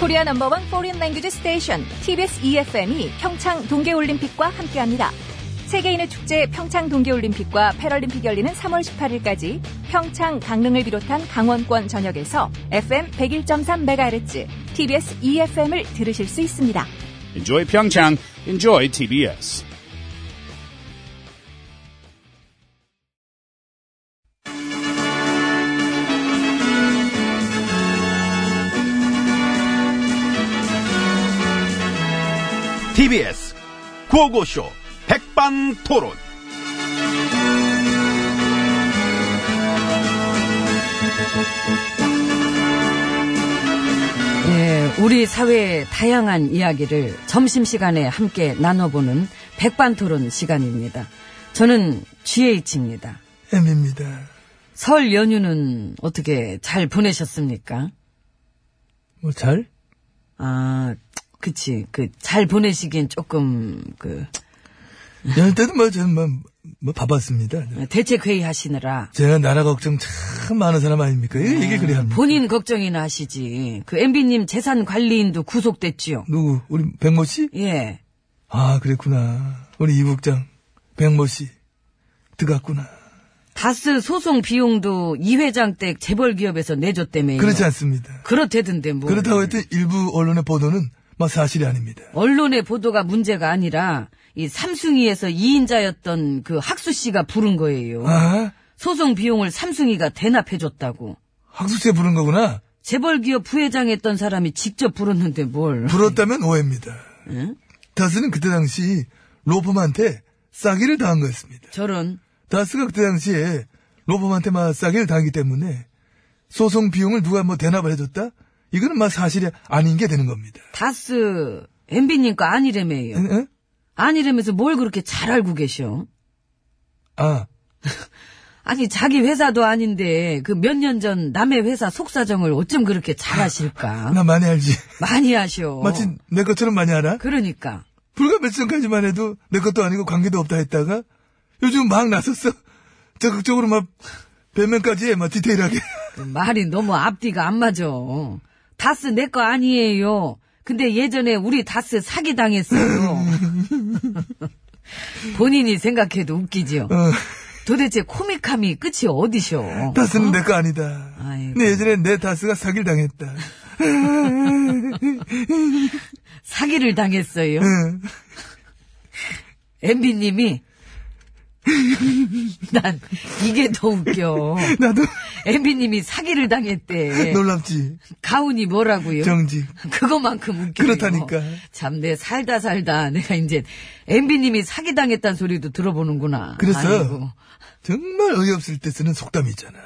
코리아 넘버원 포린 랭귀지 스테이션 TBS EFM이 평창 동계올림픽과 함께합니다. 세계인의 축제 평창 동계올림픽과 패럴림픽 열리는 3월 18일까지 평창 강릉을 비롯한 강원권 전역에서 FM 101.3MHz TBS EFM을 들으실 수 있습니다. Enjoy Pyeongchang. Enjoy TBS. TBS 구호고쇼 백반토론. 네, 우리 사회의 다양한 이야기를 점심시간에 함께 나눠보는 백반토론 시간입니다. 저는 GH입니다. M입니다. 설 연휴는 어떻게 잘 보내셨습니까? 뭐 잘? 아, 그치. 그 잘 보내시기엔 조금 그 연휴 때도 뭐 저는 뭐, 뭐 바빴습니다. 대책회의 하시느라 제가 나라 걱정 참 많은 사람 아닙니까? 이게, 이게 그래 합니다. 본인 걱정이나 하시지. 그 MB님 재산 관리인도 구속됐지요. 누구? 우리 백모 씨? 예. 아 그랬구나. 우리 이 국장 백모 씨 들어갔구나. 다스 소송 비용도 이 회장 댁 재벌 기업에서 내줬다며. 그렇지 않습니다. 그렇대던데 뭐. 그렇다고 했던 일부 언론의 보도는 막 사실이 아닙니다. 언론의 보도가 문제가 아니라 이 삼숭이에서 2인자였던 그 학수 씨가 부른 거예요. 아 소송 비용을 삼숭이가 대납해줬다고. 학숙제 부른 거구나. 재벌 기업 부회장 했던 사람이 직접 부르는데 뭘. 불었다면 오해입니다. 다스는 그때 당시 로펌한테 싸기를 당한 거였습니다. 저런. 다스가 그때 당시에 로펌한테 막 싸기를 당하기 때문에 소송 비용을 누가 뭐 대납을 해줬다? 이거는 막 사실이 아닌 게 되는 겁니다. 다스, 엠비님 거 아니래매요. 응? 응? 아니래면서 뭘 그렇게 잘 알고 계셔. 아, 아니, 자기 회사도 아닌데, 그 몇 년 전 남의 회사 속사정을 어쩜 그렇게 잘 아실까. 나 많이 알지. 많이 아셔. 마치 내 것처럼 많이 알아? 그러니까. 불과 며칠 전까지만 해도 내 것도 아니고 관계도 없다 했다가 요즘 막 나섰어. 적극적으로 막 변명까지 해, 막 디테일하게. 그 말이 너무 앞뒤가 안 맞아. 다스 내 거 아니에요. 근데 예전에 우리 다스 사기 당했어요. 본인이 생각해도 웃기지요. 어, 도대체 코믹함이 끝이 어디셔? 다스는 내 거 아니다. 아이고. 근데 예전에 내 다스가 사기를 당했다. 어? 사기를 당했어요. 응. 엠비님이 난 이게 더 웃겨. 나도 엠비님이 사기를 당했대. 네. 놀랍지. 가훈이 뭐라고요? 정직. 그거만큼 웃기네요. 그렇다니까. 참, 내 살다 살다 내가 이제 MB님이 사기당했다는 소리도 들어보는구나. 그래서 아이고. 정말 어이없을 때 쓰는 속담이 있잖아.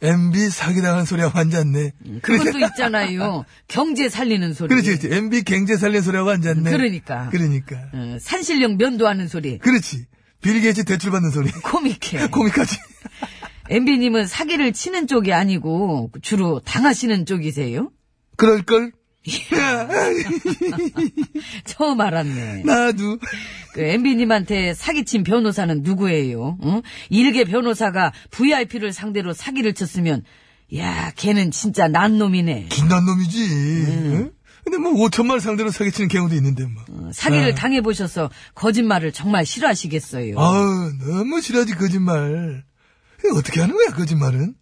MB 사기당한 소리야 환자네. 그것도 있잖아요. 경제 살리는 소리. 그렇지, 그렇지. MB 경제 살린 소리하고 앉았네. 그러니까. 그러니까. 어, 산신령 면도하는 소리. 그렇지. 빌게이츠 대출받는 소리. 코믹해. 코믹하지. MB님은 사기를 치는 쪽이 아니고 주로 당하시는 쪽이세요? 그럴걸? 처음 알았네. 나도. 그 MB님한테 사기친 변호사는 누구예요? 응? 일개 변호사가 VIP를 상대로 사기를 쳤으면, 야, 걔는 진짜 난놈이네. 긴단 놈이지. 응? 근데 뭐 5천만 상대로 사기치는 경우도 있는데 뭐. 사기를 당해보셔서 거짓말을 정말 싫어하시겠어요. 아우 너무 싫어하지 거짓말. 이거 어떻게 하는 거야 거짓말은?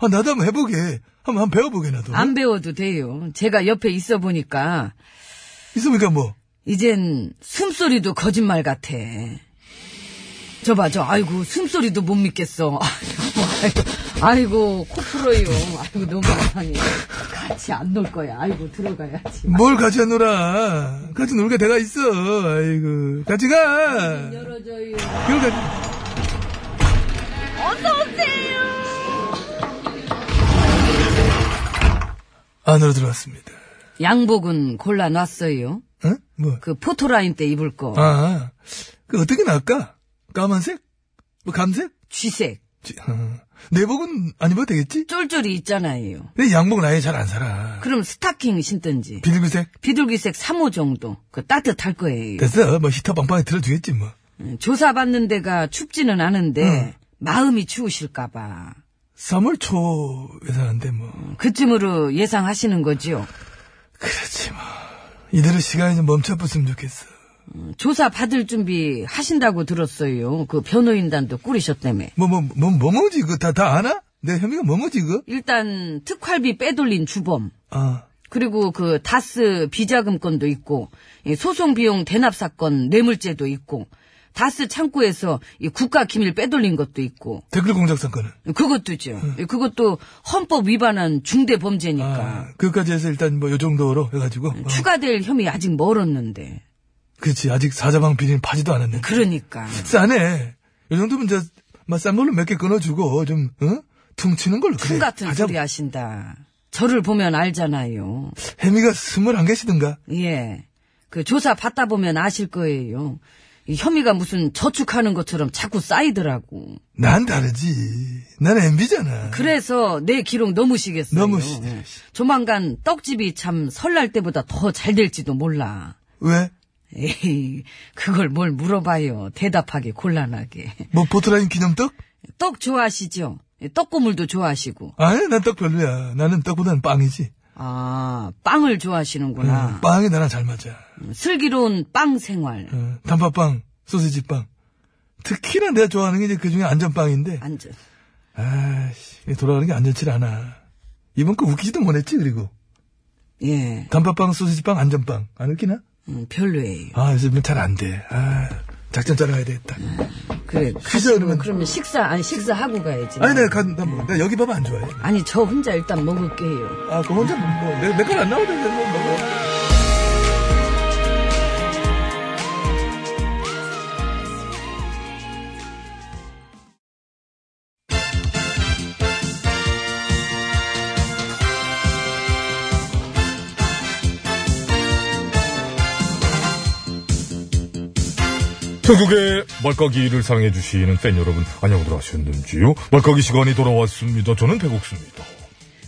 아 나도 한번 해보게. 한번 한번 배워보게 나도. 안 배워도 돼요. 제가 옆에 있어 보니까, 있으니까 뭐. 이젠 숨소리도 거짓말 같아. 저봐, 저, 아이고, 숨소리도 못 믿겠어. 아이고, 아이고, 코 풀어요. 아이고, 너무 이상해. 같이 안 놀 거야. 아이고, 들어가야지. 뭘 같이 안 놀아. 같이 놀게 대가 있어. 아이고. 같이 가. 열어줘요. 이걸 같이. 안으로 들어왔습니다. 양복은 골라놨어요. 응? 뭐? 그 포토라인 때 입을 거. 아, 그 어떻게 나을까? 까만색? 뭐 감색? 쥐색. 지- 어. 내복은 안 입어도 되겠지? 쫄쫄이 있잖아요. 근데 양복은 아예 잘 안 살아. 그럼 스타킹 신든지. 비둘기색? 비둘기색 3호 정도. 그 따뜻할 거예요. 됐어. 뭐 히터 빵빵에 틀어주겠지 뭐. 음, 조사받는 데가 춥지는 않은데 응. 마음이 추우실까봐. 3월 초 예산한데 뭐. 그쯤으로 예상하시는 거지요. 그렇지 뭐. 이대로 시간이 좀 멈춰붙으면 좋겠어. 조사 받을 준비 하신다고 들었어요. 그 변호인단도 꾸리셨다며. 뭐, 뭐, 뭐, 뭐, 뭐지? 그거 다, 다 아나? 내 혐의가 뭐, 뭐지? 그거? 일단 특활비 빼돌린 주범. 아, 그리고 그 다스 비자금 건도 있고 이 소송 비용 대납 사건 뇌물죄도 있고 다스 창고에서 이 국가 기밀 빼돌린 것도 있고 댓글 공작 사건은? 그것도죠. 그것도 헌법 위반한 중대 범죄니까 음, 아, 그것까지 해서 일단 뭐, 요 정도로 해가지고. 뭐. 어. 그러니까. 추가될 혐의 아직 멀었는데 그렇지. 아직 사자방 비리는 파지도 않았네. 그러니까 싸네. 요 정도면 저, 막, 싼 걸로 몇 개 끊어주고, 좀, 어? 퉁치는 걸로. 품 같은 가자. 소리 하신다. 저를 보면 알잖아요. 혜미가 스물한 개시든가. 예. 그 조사 받다 보면 아실 거예요. 이 혐의가 무슨 저축하는 것처럼 자꾸 쌓이더라고. 난 다르지. 난 MB잖아. 그래서 내 기록 넘으시겠어요. 넘으시죠. 예. 조만간 떡집이 참 설날 때보다 더 잘 될지도 몰라. 왜? 에이, 그걸 뭘 물어봐요. 대답하기 곤란하게. 뭐, 포트라인 기념떡? 떡 좋아하시죠? 예, 떡고물도 좋아하시고. 아니, 난 떡 별로야. 나는 떡보다는 빵이지. 아, 빵을 좋아하시는구나. 응, 음. 빵이 나랑 잘 맞아. 슬기로운 빵 생활. 응, 어, 단팥빵, 소시지 빵. 특히나 내가 좋아하는 게 이제 그 중에 안전빵인데. 안전. 아씨, 돌아가는 게 안전치 않아. 이번 거 웃기지도 못했지, 그리고. 예, 단팥빵, 소시지 빵, 안전빵. 안 웃기나? 음, 별로예요. 아, 요즘은 잘 안 돼. 아, 작전 짜러가야 되겠다. 그래, 그러면- 가시면 그러면 식사, 아니, 식사하고 가야지. 아니, 내가 간, 나, 뭐, 나 여기 밥 안 좋아해. 아니, 저 혼자 일단 먹을게요. 아, 그거 혼자, 뭐, 내, 내 건 안 나오던데, 뭐, 먹어. 태국의 말까기를 사랑해주시는 팬 여러분, 안녕들 하셨는지요? 말까기 시간이 돌아왔습니다. 저는 배국수입니다.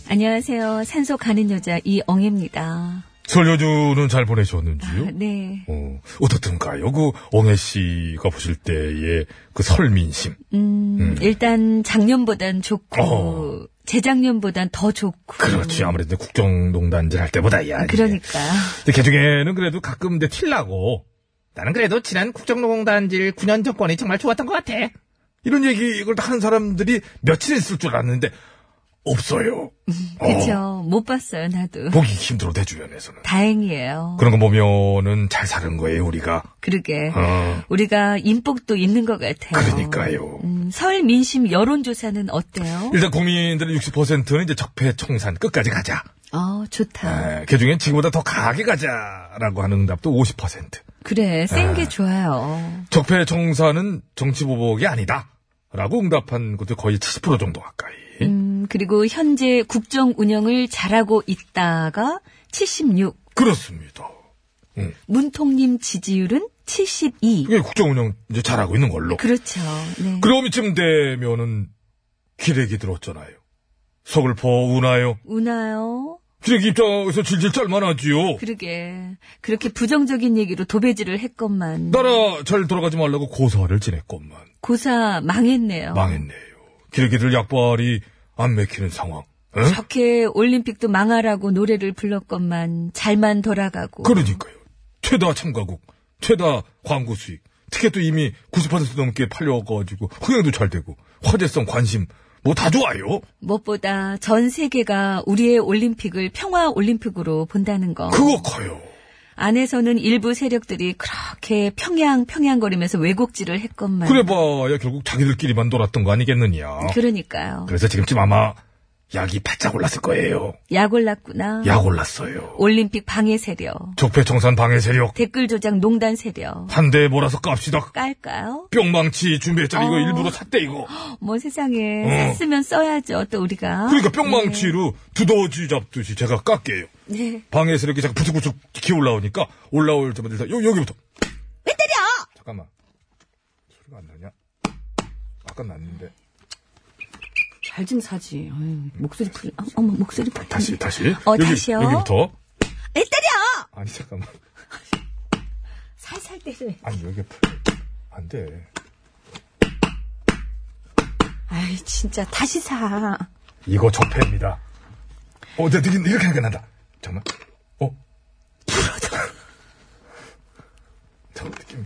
안녕하세요. 산소 가는 여자 이엉입니다. 설 연휴는 잘 보내셨는지요? 네. 어, 어떻든가요? 그, 엉애 씨가 보실 때의 그 설민심. 음, 일단 작년보단 좋고 어. 재작년보단 더 좋고. 그렇지. 아무래도 국정농단질 할 때보다, 야. 이게. 그러니까. 근데 개중에는 그래도 가끔 내 틸라고. 나는 그래도 지난 국정농단질 9년 정권이 정말 좋았던 것 같아. 이런 얘기, 이걸 다 한 사람들이 며칠 있을 줄 알았는데, 없어요. 어, 그쵸. 못 봤어요, 나도. 보기 힘들어, 내 주변에서는. 다행이에요. 그런 거 보면은 잘 사는 거예요, 우리가. 그러게. 음. 어, 우리가 인복도 있는 것 같아요. 그러니까요. 음, 설 민심 여론조사는 어때요? 일단 국민들의 60%는 이제 적폐청산 끝까지 가자. 어, 좋다. 에, 그중엔 지금보다 더 강하게 가자라고 하는 응답도 50%. 그래, 센 게 아. 좋아요. 적폐청산은 정치보복이 아니다. 라고 응답한 것도 거의 70% 정도 가까이. 음, 그리고 현재 국정 운영을 잘하고 있다가 76. 그렇습니다. 문통님 지지율은 72. 이게 국정운영 이제 잘하고 있는 걸로. 그렇죠. 네. 그럼 이쯤 되면은 기레기 들었잖아요. 속을 퍼우나요. 우나요? 기레기 입장에서 질질 짤만하지요. 그러게. 그렇게 부정적인 얘기로 도배질을 했건만. 나라 잘 돌아가지 말라고 고사를 지냈건만 고사 어. 망했네요. 망했네요. 기레기들 약발이 안 맥히는 상황. 응? 저렇게 올림픽도 망하라고 노래를 불렀건만 잘만 돌아가고. 그러니까요. 최다 참가국, 최다 광고 수익, 티켓도 이미 90% 넘게 팔려가지고 흥행도 잘 되고 화제성 관심 뭐 다 좋아요. 무엇보다 전 세계가 우리의 올림픽을 평화 올림픽으로 본다는 어. 거. 그거 커요. 안에서는 일부 세력들이 그렇게 평양 평양거리면서 왜곡질을 했건만. 그래봐야 결국 자기들끼리만 놀았던 거 아니겠느냐. 그러니까요. 그래서 지금쯤 아마 약이 바짝 올랐을 거예요. 약 올랐구나. 약 올랐어요. 올림픽 방해 세력. 적폐청산 방해 세력 댓글 조작 농단 세력. 한 대 몰아서 깝시다. 깔까요? 뿅망치 준비했잖아. 이거 어. 일부러 샀대 이거. 뭐 세상에 어. 쓰면 써야죠 또 우리가 그러니까 뿅망치로 두더지 잡듯이 제가 깎게요. 네. 방에서 이렇게 자꾸 부툭부툭 기어 올라오니까 올라올 때마다 일단 요, 여기부터. 왜 때려! 잠깐만. 소리가 안 나냐? 아까 났는데. 잘 좀 사지. 아유, 목소리 풀. 어, 어머 목소리 부탁 다시, 다시. 어, 다시요? 여기부터. 왜 때려 아니, 잠깐만. 살살 때려 아니, 여기 풀. 안 돼. 아이 진짜 다시 사 네, 이거 적폐입니다. 어, 내, 내, 이렇게 하게 난다. 잠깐만. 어, 비슷한 느낌.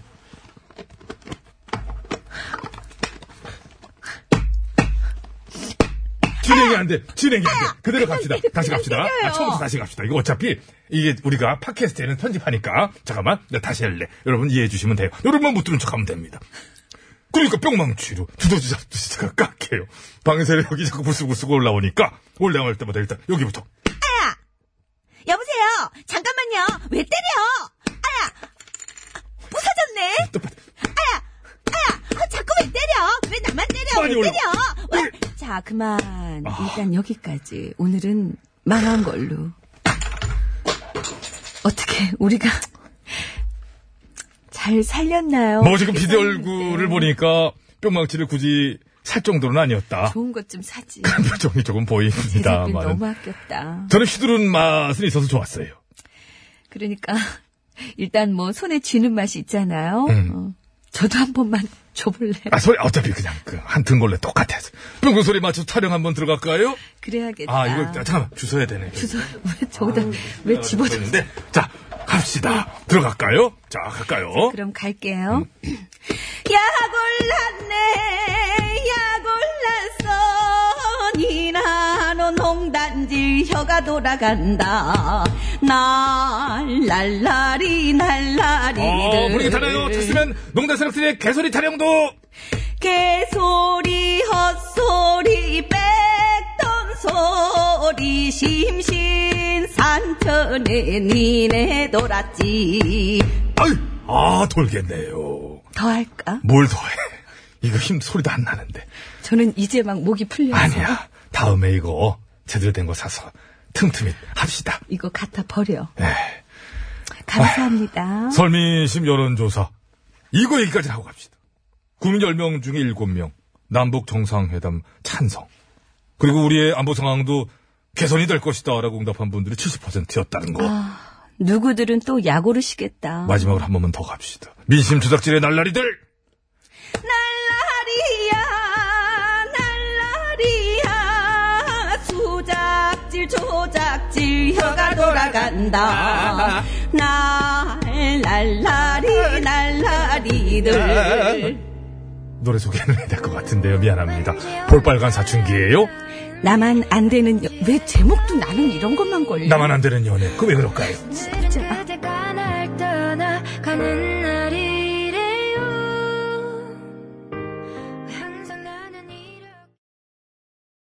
진행이 안 돼. 진행이 안 돼. 그대로 갑시다. 다시 갑시다. 아, 처음부터 다시 갑시다. 이거 어차피 이게 우리가 팟캐스트에는 편집하니까 잠깐만 나 다시 할래. 여러분 이해해 주시면 돼요. 여러분만 못 들은 척하면 됩니다. 그러니까 뿅망치로 두더지 잡듯이 제가 깎여요. 방세력이 자꾸 불쑥불쑥 올라오니까 올라올 때마다 일단 여기부터 여보세요. 잠깐만요. 왜 때려? 아야. 부서졌네. 아야. 아야. 아, 자꾸 왜 때려? 왜 나만 때려? 어, 많이 왜 올라- 때려? 와. 자, 그만. 아. 일단 여기까지. 오늘은 망한 걸로. 어떻게 우리가 잘 살렸나요? 뭐 지금 비디 세상인데. 얼굴을 보니까 뿅망치를 굳이 살 정도는 아니었다. 좋은 것 좀 사지. 표정이 조금 보입니다. 제작비 너무 아꼈다. 저는 휘두른 맛은 있어서 좋았어요. 그러니까 일단 뭐 손에 쥐는 맛이 있잖아요. 음. 어, 저도 한 번만 줘볼래요. 아, 소리, 어차피 그냥, 그, 한 등골레 똑같아서. 뿅뿅 소리 맞춰 촬영 한번 들어갈까요? 그래야겠다. 아, 이거, 아, 잠깐만, 주워야 되네. 주소 왜 저기다 왜 집어줘? 데 자, 갑시다. 들어갈까요? 자, 갈까요? 그럼 갈게요. 야골났네, 야골났어. 니나노 농단질 혀가 돌아간다. 날랄라리 날라리. 어, 네. 분위기 달아요. 쳤으면 농단사람들의 개소리 타령도 개소리 헛소리 백돈 소리 심신 산천에 니네 돌았지 아유, 아, 돌겠네요. 더 할까? 뭘 더해. 이거 힘, 소리도 안 나는데. 저는 이제 막 목이 풀려서 아니야. 다음에 이거, 제대로 된 거 사서, 틈틈이 합시다. 이거 갖다 버려 예. 아, 감사합니다 설민심 여론조사. 이거 얘기까지 하고 갑시다. 국민 10명 중에 7명. 남북 정상회담 찬성. 그리고 우리의 안보 상황도 개선이 될 것이다. 라고 응답한 분들이 70%였다는 거. 누구들은 또 야고르시겠다 마지막으로 한 번만 더 갑시다. 민심 조작질의 날라리들! 날라리야 날라리야 수작질 조작질 혀가 돌아간다 날날라리 날라리들 노래 소개는 해야 될 것 같은데요. 네, 미안합니다. 볼빨간 사춘기예요 나만 안 되는 여- 왜 제목도 나는 이런 것만 걸려 나만 안 되는 연애. 그 왜 그럴까요? 오늘은 그대가 날 떠나가는